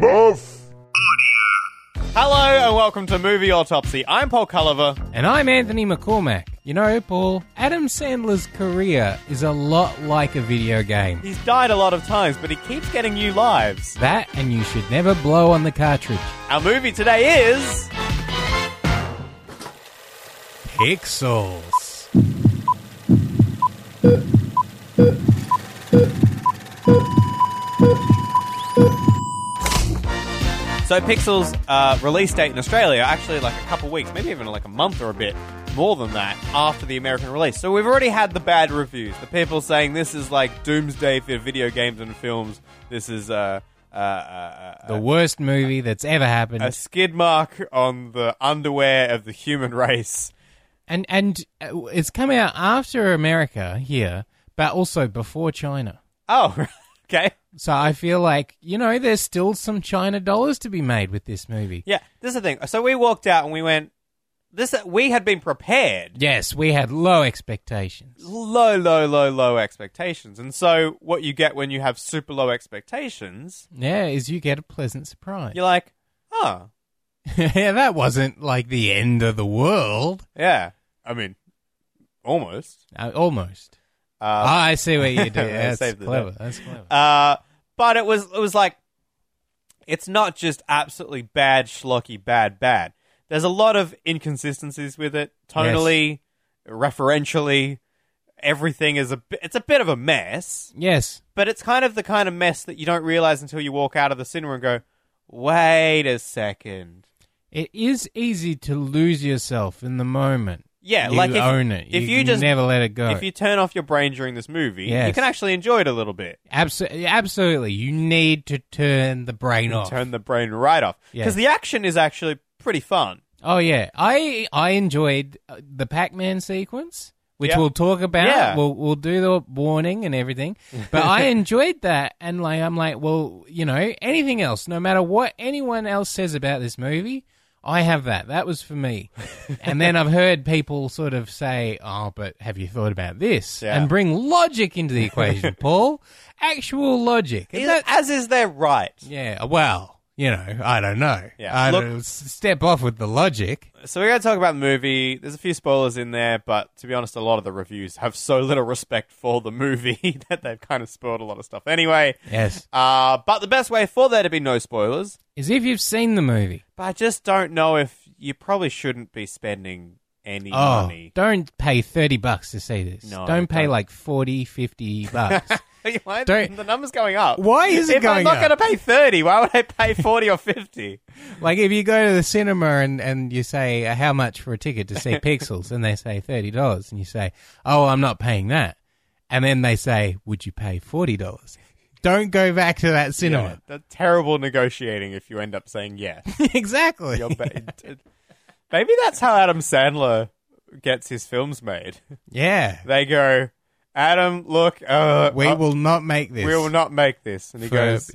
Maboff? Hello and welcome to Movie Autopsy. I'm Paul Culliver. And I'm Anthony McCormack. You know, Paul, Adam Sandler's career is a lot like a video game. He's died a lot of times, but he keeps getting new lives. That and you should never blow on the cartridge. Our movie today is. Pixels. So, Pixel's uh, release date in Australia, actually, like a couple weeks, maybe even like a month or a bit more than that, after the American release. So, we've already had the bad reviews. The people saying this is like doomsday for video games and films. This is uh, uh, uh, uh, The worst movie that's ever happened. a skid mark on the underwear of the human race. And and uh, it's come out after America here, but also before China. Oh, okay. So I feel like, you know, there's still some China dollars to be made with this movie. Yeah, this is the thing. So we walked out and we went. This we had been prepared. Yes, we had low expectations. Low, low, low, low expectations, and so what you get when you have super low expectations, Yeah, is you get a pleasant surprise. you're like, oh, yeah, that wasn't like the end of the world. yeah. I mean, almost. Uh, almost. Uh, Ah, I see what you do. Yeah, That's saved the clever. day. That's clever. Uh, but it was it was like it's not just absolutely bad schlocky bad bad. There's a lot of inconsistencies with it tonally, referentially. Everything is a bit, it's a bit of a mess, yes. but it's kind of the kind of mess that you don't realize until you walk out of the cinema and go, "Wait a second. It is easy to lose yourself in the moment. Yeah, You like if, own it. If You you, just never let it go. if you turn off your brain during this movie, you Yes. can actually enjoy it a little bit. Absolutely, absolutely. You need to turn the brain You off. Turn the brain right off Yeah. because the action is actually pretty fun. oh yeah, I I enjoyed uh, the Pac-Man sequence, which Yeah. we'll talk about. Yeah. We'll we'll do the warning and everything. But I enjoyed that, and like I'm like, well, you know, anything else, no matter what anyone else says about this movie. I have that. That was for me. and then I've heard people sort of say, "Oh, but have you thought about this?" Yeah. And bring logic into the equation, Paul. Actual logic. And Is- that- as is their right. Yeah, well, you know, I don't know. Yeah, I look- don't, s- step off with the logic. So we're going to talk about the movie. There's a few spoilers in there, but to be honest, a lot of the reviews have so little respect for the movie that they've kind of spoiled a lot of stuff. Anyway, Yes. uh, but the best way for there to be no spoilers, Is if you've seen the movie. but I just don't know if you probably shouldn't be spending any Oh, money. don't pay 30 bucks to see this. No, don't pay don't. like 40, 50 bucks. Why- don't- the number's going up. Why is it if I'm going not up? going to pay thirty, why would I pay forty or fifty? like if you go to the cinema and, and you say, uh, how much for a ticket to see Pixels? And they say $30. And you say, oh, I'm not paying that. And then they say, would you pay $40? Don't go back to that Yeah, cinema. that's terrible negotiating if you end up saying yes. exactly. You're ba- Maybe that's how Adam Sandler gets his films made. yeah. They go, Adam, look, uh, We uh, will not make this. we will not make this. And he goes,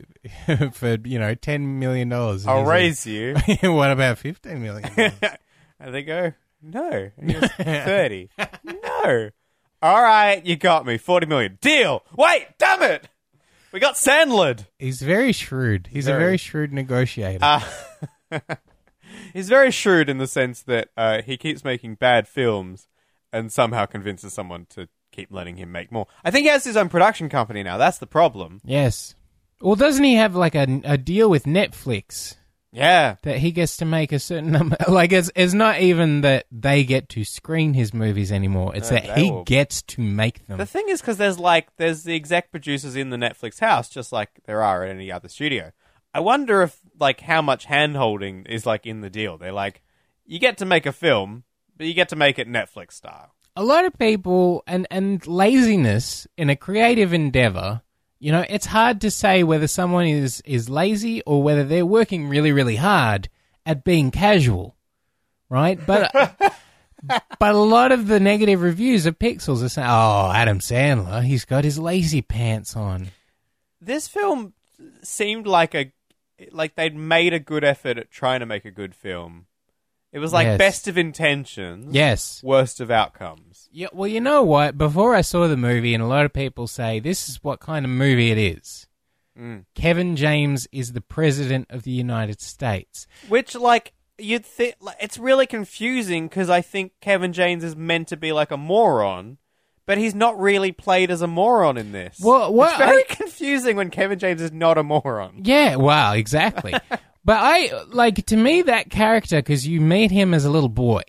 for, for you know ten million dollars. I'll raise you. what about fifteen million? and they go, no. And he goes, 30. no. All right, you got me. 40 million. Deal. Wait, damn it. We got Sandlered. He's very shrewd. He's Very. Uh, a very shrewd negotiator. He's very shrewd in the sense that uh, he keeps making bad films and somehow convinces someone to keep letting him make more. I think he has his own production company now. That's the problem. yes. Well, doesn't he have like a, a deal with Netflix Yeah. that he gets to make a certain number? Like, it's it's not even that they get to screen his movies anymore. It's No, that they he will- gets to make them. The thing is, because there's like there's the exec producers in the Netflix house, just like there are at any other studio. I wonder if like how much hand holding is like in the deal. They're like, you get to make a film, but you get to make it Netflix style. a lot of people and and laziness in a creative endeavor you know it's hard to say whether someone is is lazy or whether they're working really really hard at being casual right but but a lot of the negative reviews of pixels are saying oh adam sandler he's got his lazy pants on This film seemed like a like they'd made a good effort at trying to make a good film. It was like Yes. best of intentions, yes worst of outcomes. yeah, well, you know what? Before I saw the movie, and a lot of people say this is what kind of movie it is. Kevin James is the president of the United States. Which, like, you'd think like, it's really confusing because I think Kevin James is meant to be like a moron, but he's not really played as a moron in this. Well, well, it's very I- confusing when Kevin James is not a moron. Yeah, wow, exactly. but I like to me that character because you meet him as a little boy,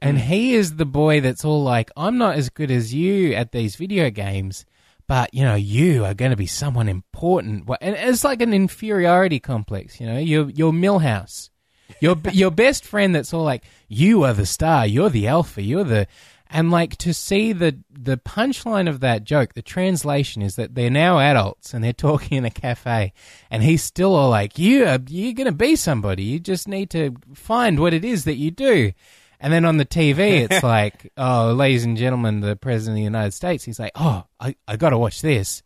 and he is the boy that's all like, "I'm not as good as you at these video games." But you know, you are going to be someone important, Wha- and it's like an inferiority complex. You know, you're you're Millhouse, your your best friend. That's all like you are the star, you're the alpha, you're the, and like to see the the punchline of that joke. The translation is that they're now adults and they're talking in a cafe, and he's still all like, "You are you're gonna be somebody. You just need to find what it is that you do." And then on the TV, it's like, "Oh, ladies and gentlemen, the president of the United States." He's like, "Oh, I I got to watch this."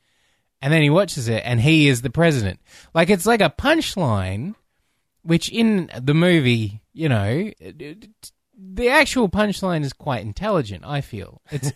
And then he watches it, and he is the president. Like it's like a punchline, which in the movie, you know, it- it- the actual punchline is quite intelligent. I feel it's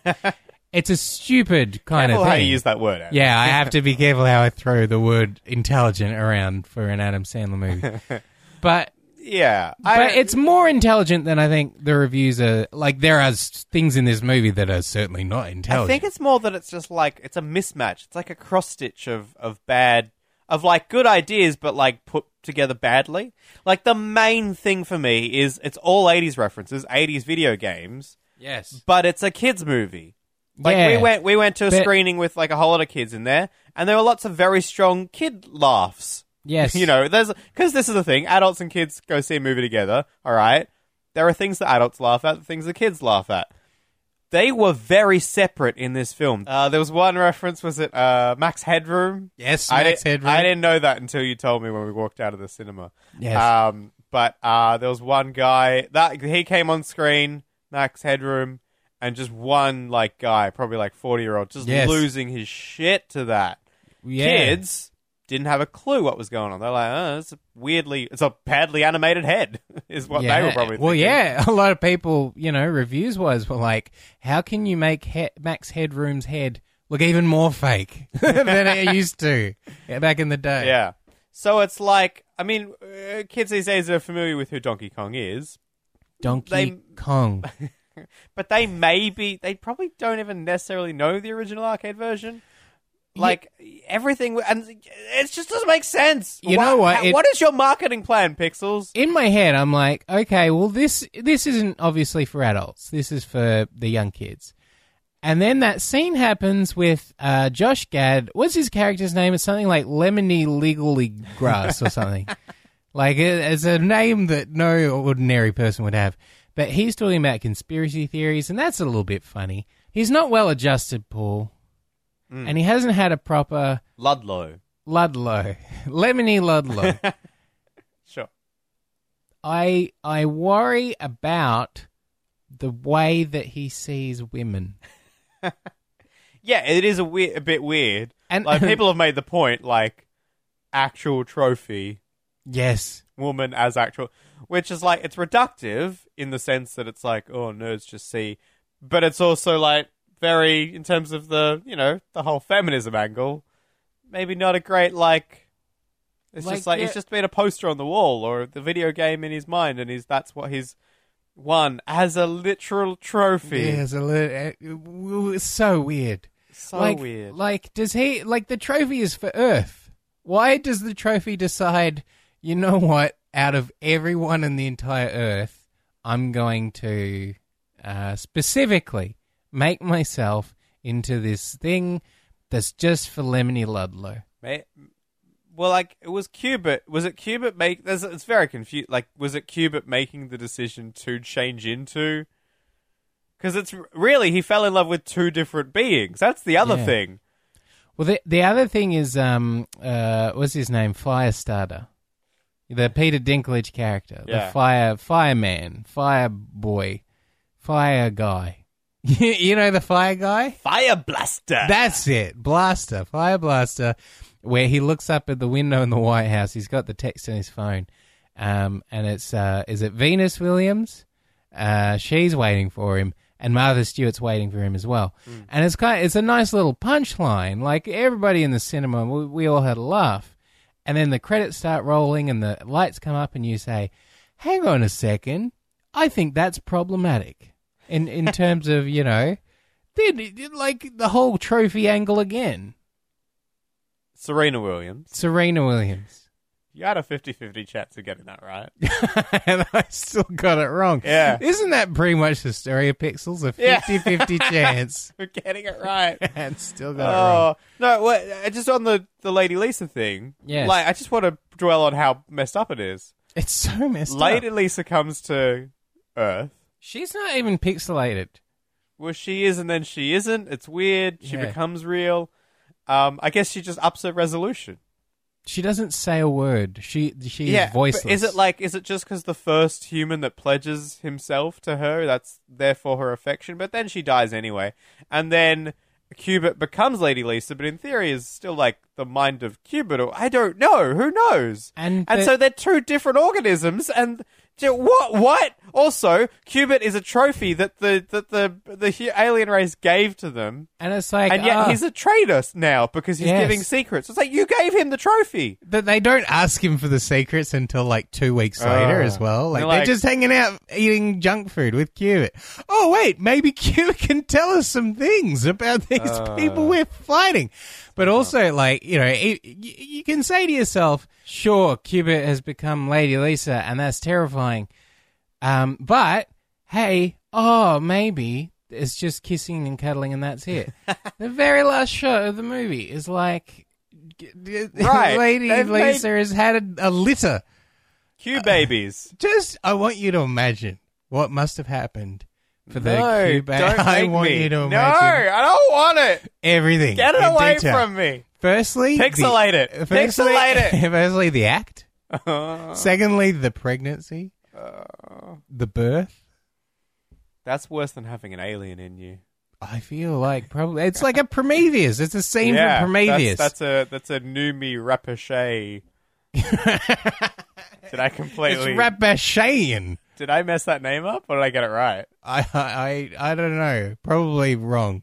it's a stupid kind Careful of how thing. you use that word. Adam. Yeah, I have to be careful how I throw the word intelligent around for an Adam Sandler movie. but yeah. I- but it's more intelligent than I think the reviews are. Like there are s- things in this movie that are certainly not I intelligent. think it's more that it's just like it's a mismatch. It's like a cross stitch of of bad of like good ideas but like put together badly. Like the main thing for me is it's all 80s references, 80s video games, yes. but it's a kids movie. Like Yeah. we went we went to a But- screening with like a whole lot of kids in there and there were lots of very strong kid laughs. Yes. You know, there's cuz this is the thing, adults and kids go see a movie together, all right? There are things that adults laugh at, things that kids laugh at. They were very separate in this film. Uh, there was one reference was it uh, Max Headroom? Yes. I Max didn't, Headroom. I didn't know that until you told me when we walked out of the cinema. Yes. Um, but uh, there was one guy that he came on screen, Max Headroom, and just one like guy, probably like forty year old, just Yes. losing his shit to that. Yeah. Kids didn't have a clue what was going on. They're like, oh, it's a weirdly, it's a badly animated head, is what Yeah. they were probably. well, thinking. yeah, a lot of people, you know, reviews wise were like, "How can you make he- Max Headroom's head look even more fake than it used to back in the day?" Yeah. So it's like, I mean, uh, kids these days are familiar with who Donkey Kong is, Donkey They- Kong. but they maybe they probably don't even necessarily know the original arcade version. Like everything, and it just doesn't make sense. You know what? how- It- what is your marketing plan, Pixels? in my head I'm like, okay, well this this isn't obviously for adults. This is for the young kids. And then that scene happens with uh, Josh Gad. What's his character's name? It's something like Lemony Legally Grass or something. like it, it's a name that no ordinary person would have. But he's talking about conspiracy theories, and that's a little bit funny. He's not well adjusted, Paul, and he hasn't had a proper Ludlow. Ludlow, Lemony Ludlow. Sure. I I worry about the way that he sees women. Yeah, it is a, weir- a bit weird. And- like people have made the point, like actual trophy Yes. woman as actual, which is like it's reductive in the sense that it's like oh nerds just see, but it's also like very in terms of the you know the whole feminism angle, maybe not a great like. It's Like, just like yeah. he's just been a poster on the wall or the video game in his mind, and he's that's what he's won as a literal trophy. Yes, a little, it's so weird. So like, weird. Like, does he like the trophy is for Earth? Why does the trophy decide? You know what? Out of everyone in the entire Earth, I'm going to uh, specifically make myself into this thing that's just for Lemony Ludlow. Ma- Well, like it was Cubit. Was it Cubit make? There's, it's very confused. Like, was it Cubit making the decision to change into? Because it's really he fell in love with two different beings. That's the other Yeah. thing. Well, the the other thing is, um, uh, what's his name? Firestarter, the Peter Dinklage character, Yeah. the fire fireman, fire boy, fire guy. you know the fire guy? Fire blaster. That's it, blaster, fire blaster. Where he looks up at the window in the White House, he's got the text on his phone, um, and it's uh, is it Venus Williams? Uh, she's waiting for him, and Martha Stewart's waiting for him as well. And it's kind, it's a nice little punchline. Like everybody in the cinema, we, we all had a laugh. and then the credits start rolling and the lights come up and you say, "Hang on a second, I think that's problematic." In in terms of you know, then it- like the whole trophy angle again. Serena Williams. Serena Williams, You had a 50-50 chance of getting that right. and I still got it wrong. Yeah. isn't that pretty much the stereo pixels? A Yeah. 50-50 chance, We're getting it right. and still got it wrong. Oh no! What, uh, just on the the Lady Lisa thing. Yes. Like I just want to dwell on how messed up it is. It's so messed Lady up. Lisa comes to Earth. She's not even pixelated. Well, she is, and then she isn't. It's weird. She Yeah. becomes real. Um, I guess she just ups her resolution. She doesn't say a word. She she yeah, is but voiceless. Is it like? Is it just because the first human that pledges himself to her? That's therefore her affection. But then she dies anyway, and then Cubit becomes Lady Lisa, but in theory is still like the mind of Cubit. Or I don't know. Who knows? And and the- so they're two different organisms. And j- what? What? Also, Cubit is a trophy that the that the the hu- alien race gave to them. and it's like and yet ah, he's a traitor now because he's Yes. giving secrets. It's like you gave him the trophy. But they don't ask him for the secrets until like two weeks later as well. Like Ah. They're they're, like- just hanging out eating junk food with Cubit. Oh wait, maybe Cubit can tell us some things about these Ah. people we're fighting. But also, like you know, it, y- you can say to yourself, "Sure, Cubit has become Lady Lisa, and that's terrifying." Um, but hey, oh maybe it's just kissing and cuddling, and that's it. the very last shot of the movie is like. g- g- Right. Lady They've made- Lisa has had a, a litter. Q Uh, babies. Just, I want you to imagine what must have happened for the no, Q ba- Don't I make want me. you to no, imagine I don't want it. everything. Get it in away detail. from me. Firstly, the- uh, Pixelate it. Firstly, Pixelate it. firstly, the act. Uh. Secondly, the pregnancy. the birth. That's worse than having an alien in you. I feel like probably it's like a Prometheus. It's a scene yeah, from Prometheus. That's, that's a that's a Numi Rapachet. did I it's completely? Rabashayan. did I mess that name up, or did I get it right? I, I I I don't know. Probably wrong.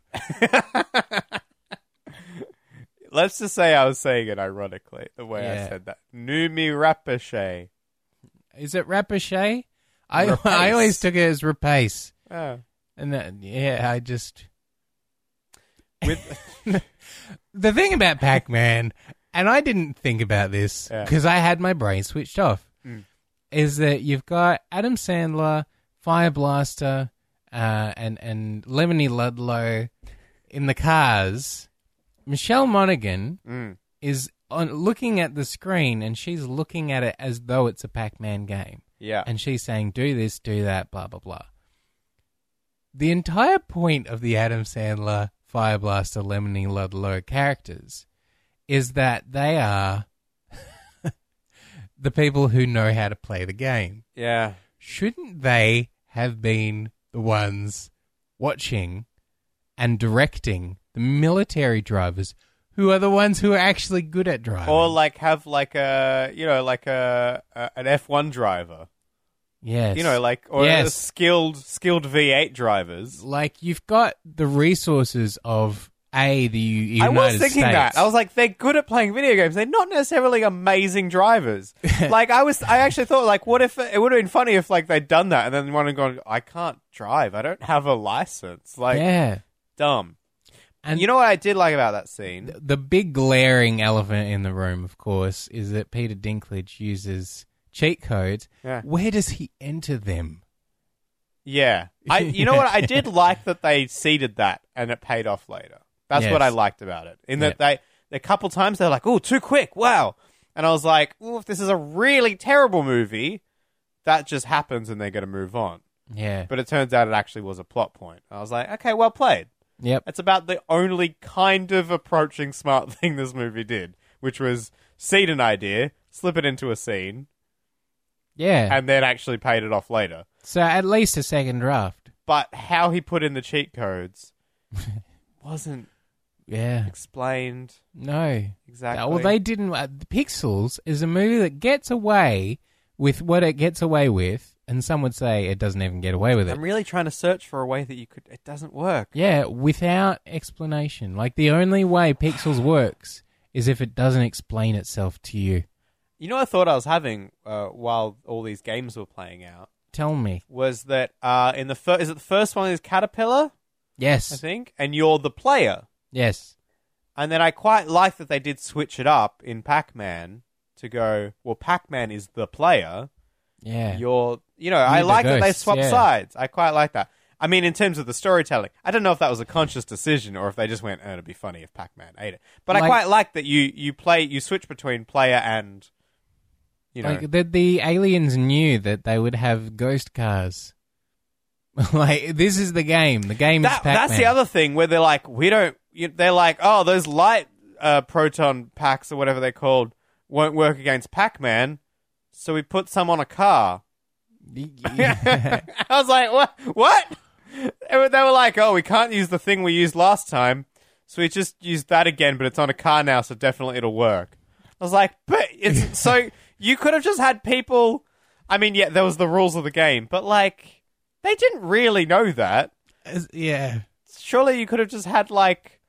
Let's just say I was saying it ironically the way I Yeah. said that. Numi Rapachet. Is it Rapachet? I Rapace. I always took it as Rapace. Oh. And that, yeah, I just With the thing about Pac Man, and I didn't think about this Yeah. because I had my brain switched off. Is that you've got Adam Sandler, Fire Blaster, uh, and and Lemony Ludlow in the cars. Michelle Monaghan Mm. is on looking at the screen, and she's looking at it as though it's a Pac Man game. yeah, and she's saying, "Do this, do that, blah blah blah." The entire point of the Adam Sandler, Fire Blaster, Lemony Ludlow characters is that they are the people who know how to play the game. yeah. Shouldn't they have been the ones watching and directing the military drivers, who are the ones who are actually good at driving? Or like have like a you know like a, a an F one driver. yes, you know, like or Yes. skilled skilled V8 drivers. like you've got the resources of a the U- United I was thinking States. that. I was like, they're good at playing video games. They're not necessarily amazing drivers. like I was, I actually thought, like, what if it would have been funny if like they'd done that and then one had gone, I can't drive. I don't have a license. Like, yeah, dumb. and you know what I did like about that scene? the big glaring elephant in the room, of course, is that Peter Dinklage uses cheat codes. Yeah. Where does he enter them? yeah, I. You know what I did like that they seeded that and it paid off later. That's Yes. what I liked about it. In that they a couple times they're like, "Oh, too quick! Wow!" And I was like, "Ooh, if this is a really terrible movie, that just happens and they're going to move on." Yeah. But it turns out it actually was a plot point. I was like, "Okay, well played." Yep. That's about the only kind of approaching smart thing this movie did, which was seed an idea, slip it into a scene, Yeah. and then actually paid it off later. so at least a second draft. but how he put in the cheat codes wasn't Yeah. explained No. exactly. Well, they didn't. Uh, the Pixels is a movie that gets away with what it gets away with, and some would say it doesn't even get away with it. I'm really trying to search for a way that you could. It doesn't work. Yeah, without explanation. Like the only way Pixels works is if it doesn't explain itself to you. You know, I thought I was having uh, while all these games were playing out Tell me. was that uh, in the fir- is it the first one is Caterpillar, I Yes. think, and you're the player. Yes. And then I quite like that they did switch it up in Pac-Man to go, well, Pac-Man is the player. Yeah. You're, you know, I the like that they ghost, swap yeah. sides. I quite like that. I mean, in terms of the storytelling, I don't know if that was a conscious decision or if they just went, oh, it'd be funny if Pac-Man ate it. But I Like- quite like that you you play you switch between player and, you know, Like the, the aliens knew that they would have ghost cars. like this is the game. The game is That- Pac-Man. that's the other thing where they're like, we don't. You, they're like, oh, those light uh, proton packs or whatever they're called won't work against Pac-Man, so we put some on a car. I was like, what? What? They were they were like, oh, we can't use the thing we used last time, so we just used that again, but it's on a car now, so definitely it'll work. I was like, but it's so you could have just had people. I mean, yeah, there was the rules of the game, but like, they didn't really know that yeah. surely you could have just had like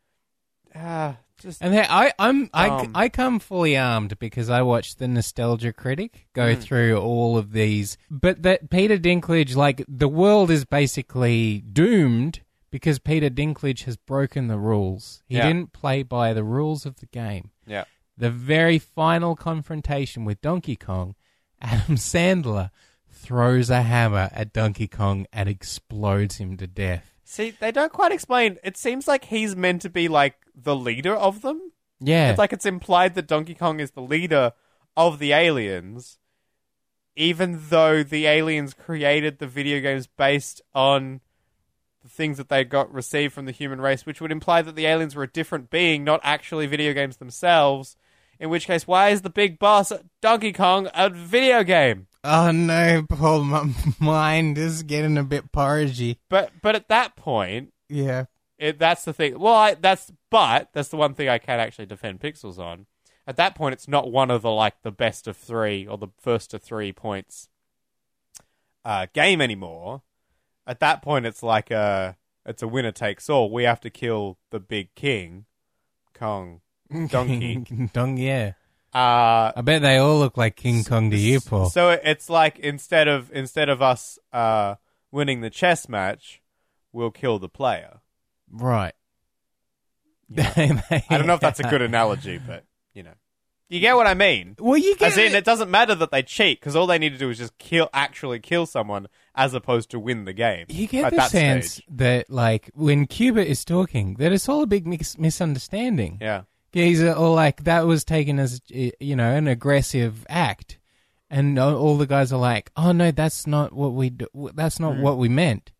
uh, just And then I, I'm I, Dumb. I come fully armed because I watched the Nostalgia Critic Hmm. go through all of these. But that Peter Dinklage, like the world is basically doomed because Peter Dinklage has broken the rules. He Yeah. didn't play by the rules of the game. yeah the very final confrontation with Donkey Kong, Adam Sandler throws a hammer at Donkey Kong and explodes him to death. see they don't quite explain it seems like he's meant to be like the leader of them Yeah. it's like it's implied that donkey kong is the leader of the aliens even though the aliens created the video games based on the things that they got received from the human race which would imply that the aliens were a different being not actually video games themselves in which case why is the big boss donkey kong a video game oh no, Paul, my mind is getting a bit porridgey. But but at that point, Yeah. it, that's the thing. Well, I, that's but that's the one thing I can actually defend Pixels on. At that point, it's not one of the like the best of three or the first to three points uh, game anymore. At that point, it's like a it's a winner takes all. We have to kill the big king, Kong. Donkey. Don- yeah. Uh, I bet they all look like King Kong to you, Paul. So it- it's like instead of instead of us uh, winning the chess match, we'll kill the player. right. I don't know if that's a good analogy, but you know, you get what I mean. Well, you get As in, it. it doesn't matter that they cheat because all they need to do is just kill, actually kill someone, as opposed to win the game. You get at the that sense stage. that, like, when Cuba is talking, that it's all a big mis- misunderstanding. yeah, He's all like, that was taken as, you know, an aggressive act. And all all the guys are like, oh, no, that's not what we, do. that's not Mm-hmm. what we meant.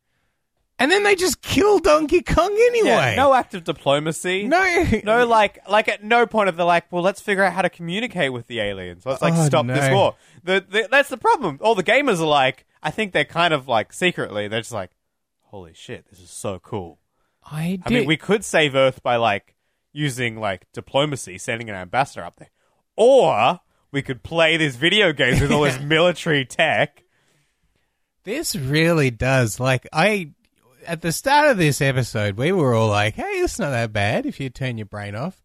And then they just kill Donkey Kong anyway. yeah. No act of diplomacy. no, No, like, like at no point of they're like, well, let's figure out how to communicate with the aliens. Let's like Oh, stop this no. war. The, the, that's the problem. All the gamers are like, I think they're kind of like secretly, they're just like, holy shit, this is so cool. I I did. mean, we could save Earth by like using like diplomacy, sending an ambassador up there, or we could play these video games with all this military tech. This really does. Like, I, at the start of this episode, we were all like, hey, it's not that bad if you turn your brain off.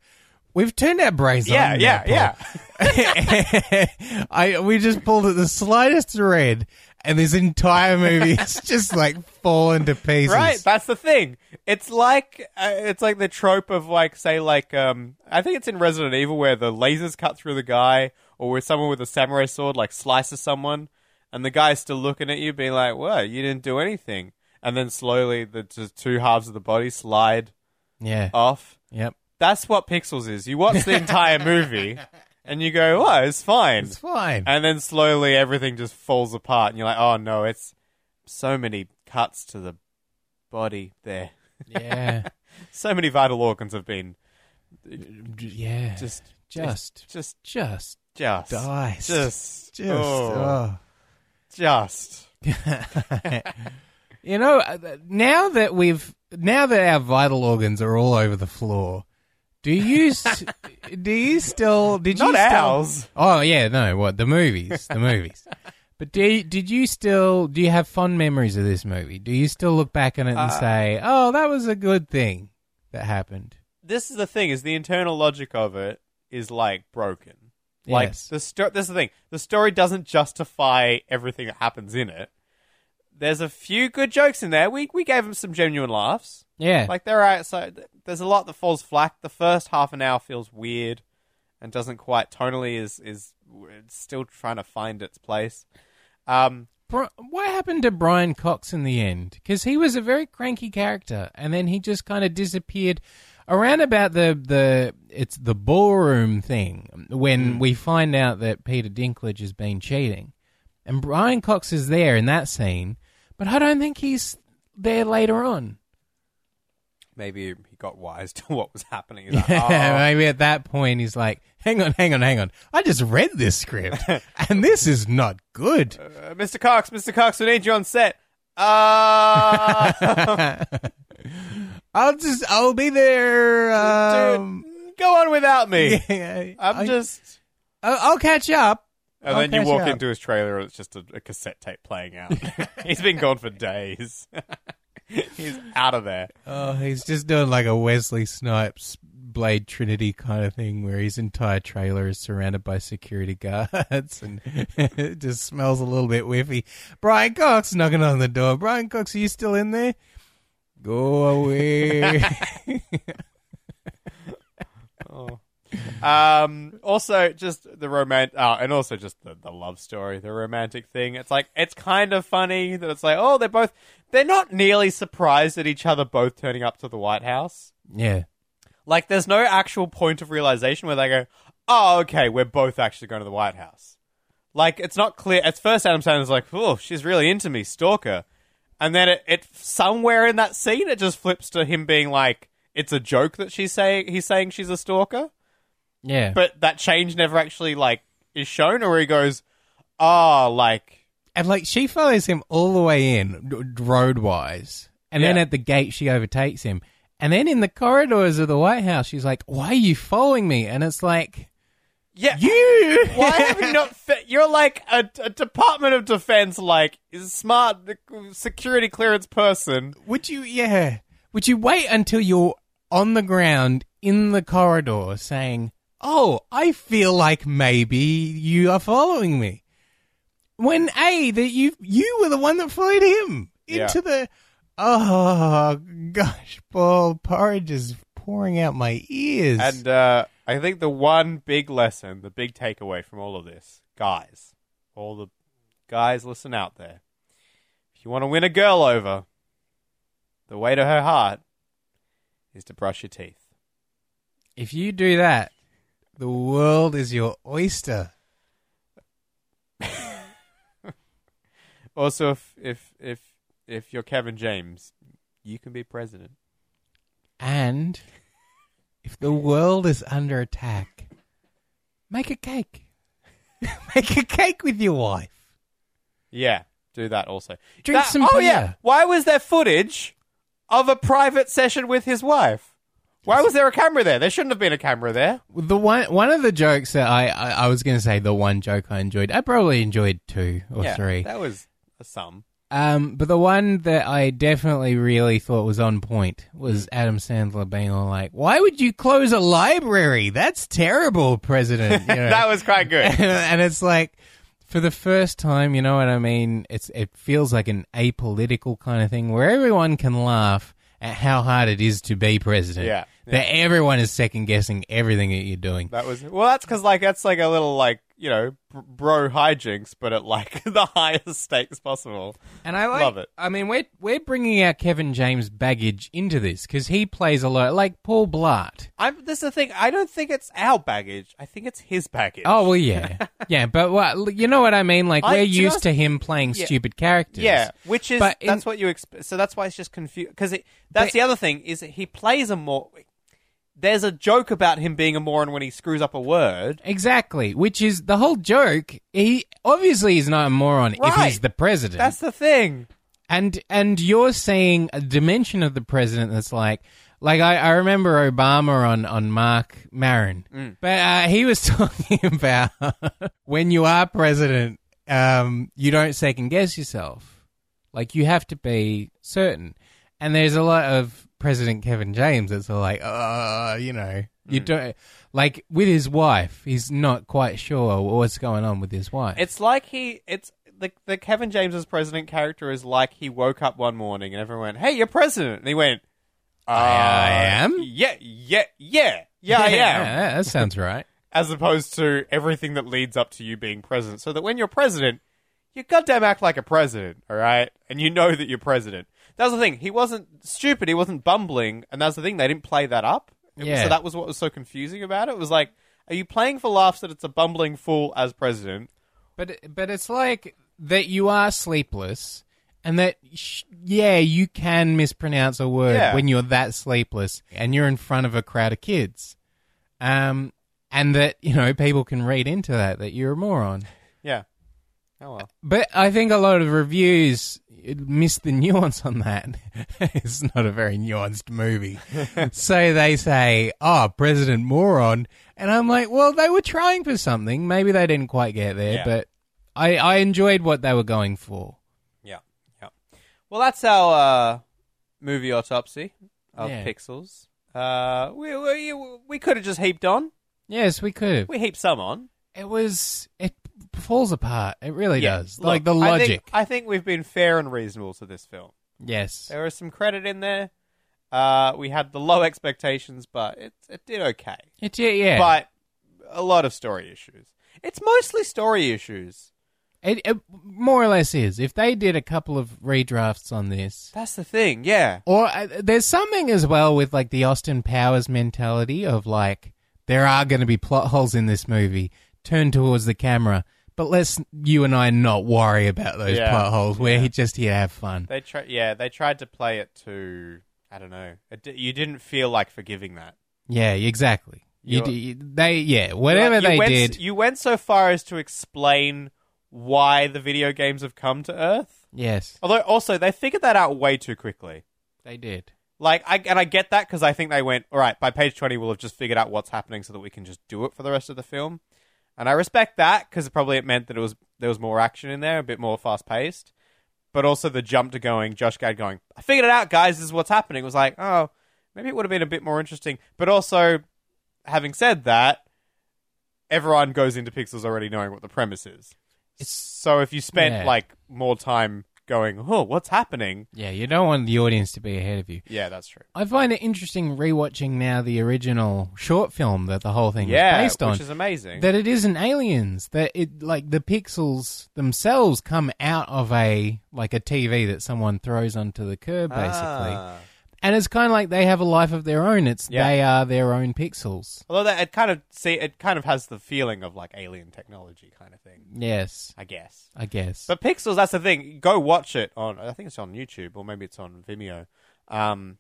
We've turned our brains Yeah, on. yeah, yeah. yeah. I, we just pulled at the slightest thread, and this entire movie is just like falling to pieces. Right, that's the thing. It's like uh, it's like the trope of like say like um I think it's in Resident Evil where the lasers cut through the guy or where someone with a samurai sword like slices someone and the guy's still looking at you being like, "What? You didn't do anything." And then slowly the t- two halves of the body slide Yeah. off. Yep. That's what Pixels is. You watch the entire movie and you go, "Oh, it's fine." It's fine. and then slowly everything just falls apart and you're like, "Oh no, it's so many cuts to the body there." yeah. so many vital organs have been Yeah. Just, just just just, just just dies. just just. oh, oh. just you know, uh, th- now that we've now that our vital organs are all over the floor, do you s- do you still did not you still, ours. Oh yeah, no, what the movies, the movies. But do you, did you still do you have fond memories of this movie? Do you still look back on it and Uh, say, "Oh, that was a good thing that happened"? This is the thing: is the internal logic of it is like broken. Like Yes. the sto- this is the thing. The story doesn't justify everything that happens in it. There's a few good jokes in there. We we gave them some genuine laughs. Yeah. Like they're outside. There's a lot that falls flat. The first half an hour feels weird, and doesn't quite tonally is is it's still trying to find its place. Um, Bri- what happened to Brian Cox in the end? Because he was a very cranky character, and then he just kind of disappeared around about the the it's the ballroom thing when we find out that Peter Dinklage has been cheating, and Brian Cox is there in that scene, but I don't think he's there later on. maybe he got wise to what was happening. He's like, Yeah, "Oh, maybe at that point he's like, "Hang on, hang on, hang on! I just read this script, and this is not good." uh, Mr. Cox, Mr. Cox, we need you on set. Uh, I'll just I'll be there. Um, dude, go on without me. yeah, I'm I- just. I'll, I'll catch up. And I'll then you catch walk up. into his trailer, and it's just a, a cassette tape playing out. He's been gone for days. He's out of there. Oh, he's just doing like a Wesley Snipes Blade Trinity kind of thing, where his entire trailer is surrounded by security guards, and it just smells a little bit whiffy. Brian Cox knocking on the door. Brian Cox, are you still in there? Go away. Um, also, just the romance, oh, and also just the, the love story, the romantic thing. It's like it's kind of funny that it's like, oh, they're both they're not nearly surprised at each other both turning up to the White House. yeah. Like, there's no actual point of realization where they go, oh, okay, we're both actually going to the White House. Like, it's not clear. At first, Adam Sandler's like, oh, she's really into me, stalker. And then it, it somewhere in that scene, it just flips to him being like, it's a joke that she's saying he's saying she's a stalker Yeah. but that change never actually like is shown or he goes ah like And like she follows him all the way in d- road wise, and then Yeah. at the gate she overtakes him, and then in the corridors of the White House she's like, "Why are you following me?" And it's like yeah you. why have you not fe- you're like a, a department of defense like is smart uh, security clearance person Would you? Yeah. Would you wait until you're on the ground in the corridor saying, "Oh, I feel like maybe you are following me," when a that you you were the one that followed him Yeah. into the. Oh gosh, Paul porridge is pouring out my ears. and uh, i think the one big lesson the big takeaway from all of this guys all the guys listen out there if you want to win a girl over the way to her heart is to brush your teeth if you do that, the world is your oyster. Also, if if if if you're Kevin James, you can be president. And if the world is under attack, make a cake. make a cake with your wife. Yeah, do that also. Drink That- some oh beer. yeah. Why was there footage of a private session with his wife? Why was there a camera there? There shouldn't have been a camera there. The one one of the jokes that I I, I was going to say the one joke I enjoyed. I probably enjoyed two or yeah, three. That was a sum. Um, but the one that I definitely really thought was on point was Adam Sandler being all like, "Why would you close a library? That's terrible, President." You know? That was quite good. and it's like for the first time, you know what I mean? It's it feels like an apolitical kind of thing where everyone can laugh at how hard it is to be president. Yeah, yeah. That everyone is second guessing everything that you're doing. that was well. That's because like that's like a little like you know br- bro hijinks, but at like the highest stakes possible. And I like, Love it. I mean, we're we're bringing our Kevin James baggage into this because he plays a lot like Paul Blart. I'm. This is the thing. I don't think it's our baggage. I think it's his baggage. Oh well, yeah, yeah. But what you know what I mean? Like I- we're do you know- used to him playing Yeah. stupid characters. Yeah, which is But in- that's what you expect. So that's why it's just confused because that's But- the other thing is that he plays a more. There's a joke about him being a moron when he screws up a word. Exactly, which is the whole joke. He obviously he's not a moron if he's Right. the president. That's the thing. and and you're seeing a dimension of the president that's like like I, I remember Obama on on Mark Maron, Mm. but uh, he was talking about when you are president, um, you don't second guess yourself. Like you have to be certain. And there's a lot of President Kevin James that's all like, uh, you know, You Mm. don't like with his wife. He's not quite sure what's going on with his wife. It's like he. It's the the Kevin James as president character is like he woke up one morning and everyone went, "Hey, you're president," and he went, "Uh, I am? yeah, yeah, yeah, uh, yeah, I am." that sounds right. As opposed to everything that leads up to you being president, so that when you're president, you goddamn act like a president, all right, and you know that you're president. That's the thing. He wasn't stupid. He wasn't bumbling, and that's the thing. They didn't play that up. It was- Yeah. So that was what was so confusing about it. It was like, are you playing for laughs that it's a bumbling fool as president? But but it's like that you are sleepless, and that sh- yeah, you can mispronounce a word Yeah. when you're that sleepless, and you're in front of a crowd of kids, um, and that you know people can read into that that you're a moron. Yeah. Oh well. But I think a lot of reviews miss the nuance on that. it's not a very nuanced movie. so they say, oh, President Moron. And I'm like, well, they were trying for something. Maybe they didn't quite get there, Yeah. but I, I enjoyed what they were going for. Yeah, yeah. Well, that's our uh, movie autopsy of Yeah. Pixels. Uh, we we we could have just heaped on. Yes, we could have. We heaped some on. It was, it falls apart. It really Yeah. does. Look, like the I logic. think- I think, we've been fair and reasonable to this film. yes. There was some credit in there. Uh, we had the low expectations, but it it did okay. It, yeah, yeah. But a lot of story issues. It's mostly story issues. it, it more or less is. If they did a couple of redrafts on this, That's the thing. Yeah. Or uh, there's something as well with like the Austin Powers mentality of like there are going to be plot holes in this movie. Turn towards the camera, but let's you and I not worry about those Yeah. plot holes. We're just here to have fun. They try. Yeah, they tried to play it to. I don't know. It, di- you didn't feel like forgiving that. Yeah, exactly. You, You're- d- you- they yeah, whatever Like, you they went, did. You went so far as to explain why the video games have come to Earth. yes, Although, also, they figured that out way too quickly. they did. Like, I, and I get that because I think they went, all right, by page 20, we'll have just figured out what's happening so that we can just do it for the rest of the film. And I respect that because probably it meant that it was there was more action in there, a bit more fast paced. But also the jump to going, Josh Gad going, I figured it out, guys, this is what's happening. was like, oh, maybe it would have been a bit more interesting. But also, having said that, everyone goes into Pixels already knowing what the premise is. so if you spent Yeah. like more time going, oh, what's happening? Yeah, you don't want the audience to be ahead of you. Yeah, that's true. I find it interesting rewatching now the original short film that the whole thing yeah, was based on. which is amazing. that it isn't aliens that it like the pixels themselves come out of a like a tv that someone throws onto the curb basically Ah. and it's kind of like they have a life of their own it's Yeah. they are their own pixels Although that it kind of see it kind of has the feeling of like alien technology kind of thing, yes I guess. i guess But Pixels, that's the thing. Go watch it on. I think it's on YouTube or maybe it's on Vimeo. Um,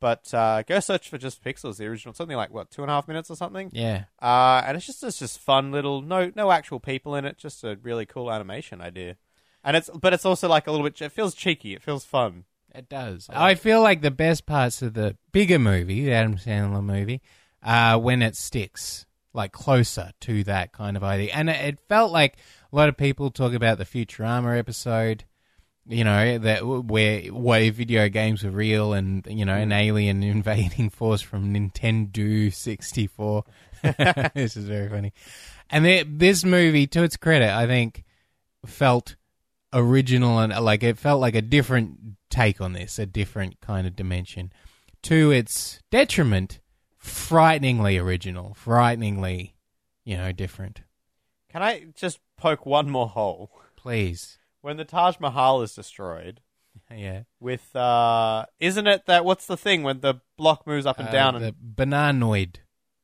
but uh, go search for just Pixels, the original. Something like what two and a half minutes or something. yeah Uh, and it's just it's just fun little no no actual people in it. Just a really cool animation idea. And it's but it's also like a little bit. It feels cheeky. It feels fun. it does i feel like the best parts of the bigger movie the adam sandler movie are when it sticks like closer to that kind of idea and it, it felt like a lot of people talk about the futurama episode you know that w- where what if video games were real and you know an alien invading force from Nintendo 64 this is very funny and thi- this movie to its credit i think felt original and uh, like it felt like a different take on this a different kind of dimension to its detriment frighteningly original frighteningly you know different Can I just poke one more hole? please When the Taj Mahal is destroyed, yeah with uh isn't it that what's the thing when the block moves up and Uh, down and the bananoid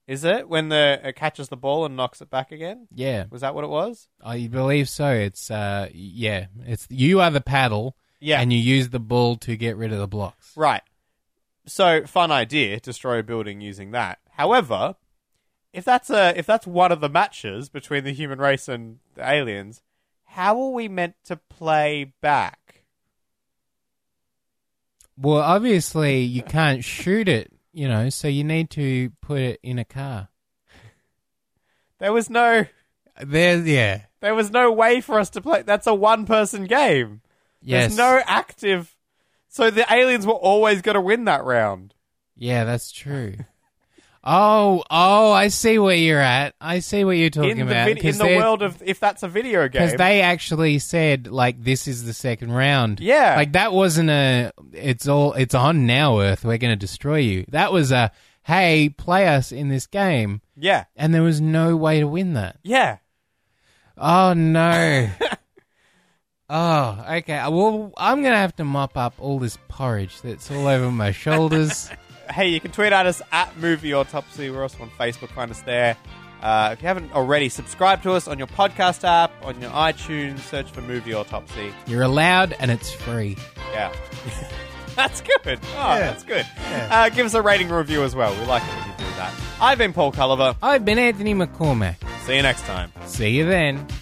is it when the it catches the ball and knocks it back again yeah was that what it was I believe so. It's uh, yeah. It's you are the paddle, yeah and you use the ball to get rid of the blocks. right so fun idea destroy a building using that however if that's a if that's one of the matches between the human race and the aliens how are we meant to play back Well, obviously you can't shoot it, you know, so you need to put it in a car. there was no There, yeah, there was no way for us to play that's a one person game yes, There's no active. So the aliens were always going to win that round. yeah, that's true. Oh, oh, I see where you're at. I see what you're talking in the about. vid- in the world of if that's a video Because game. they actually said like this is the second round. Yeah. like that wasn't a. It's all. It's on now, Earth. We're going to destroy you. That was a. Hey, play us in this game, yeah, and there was no way to win that. yeah. Oh no. oh, okay. Well, I'm gonna have to mop up all this porridge that's all over my shoulders. Hey, you can tweet at us at Movie Autopsy. We're also on Facebook. Find us there. Uh, if you haven't already, subscribe to us on your podcast app, on your iTunes. Search for Movie Autopsy. You're allowed, and it's free. Yeah. that's good. Oh, that's good. Uh, give us a rating and review as well. We like it when you do that. I've been Paul Culliver. I've been Anthony McCormack. See you next time. See you then.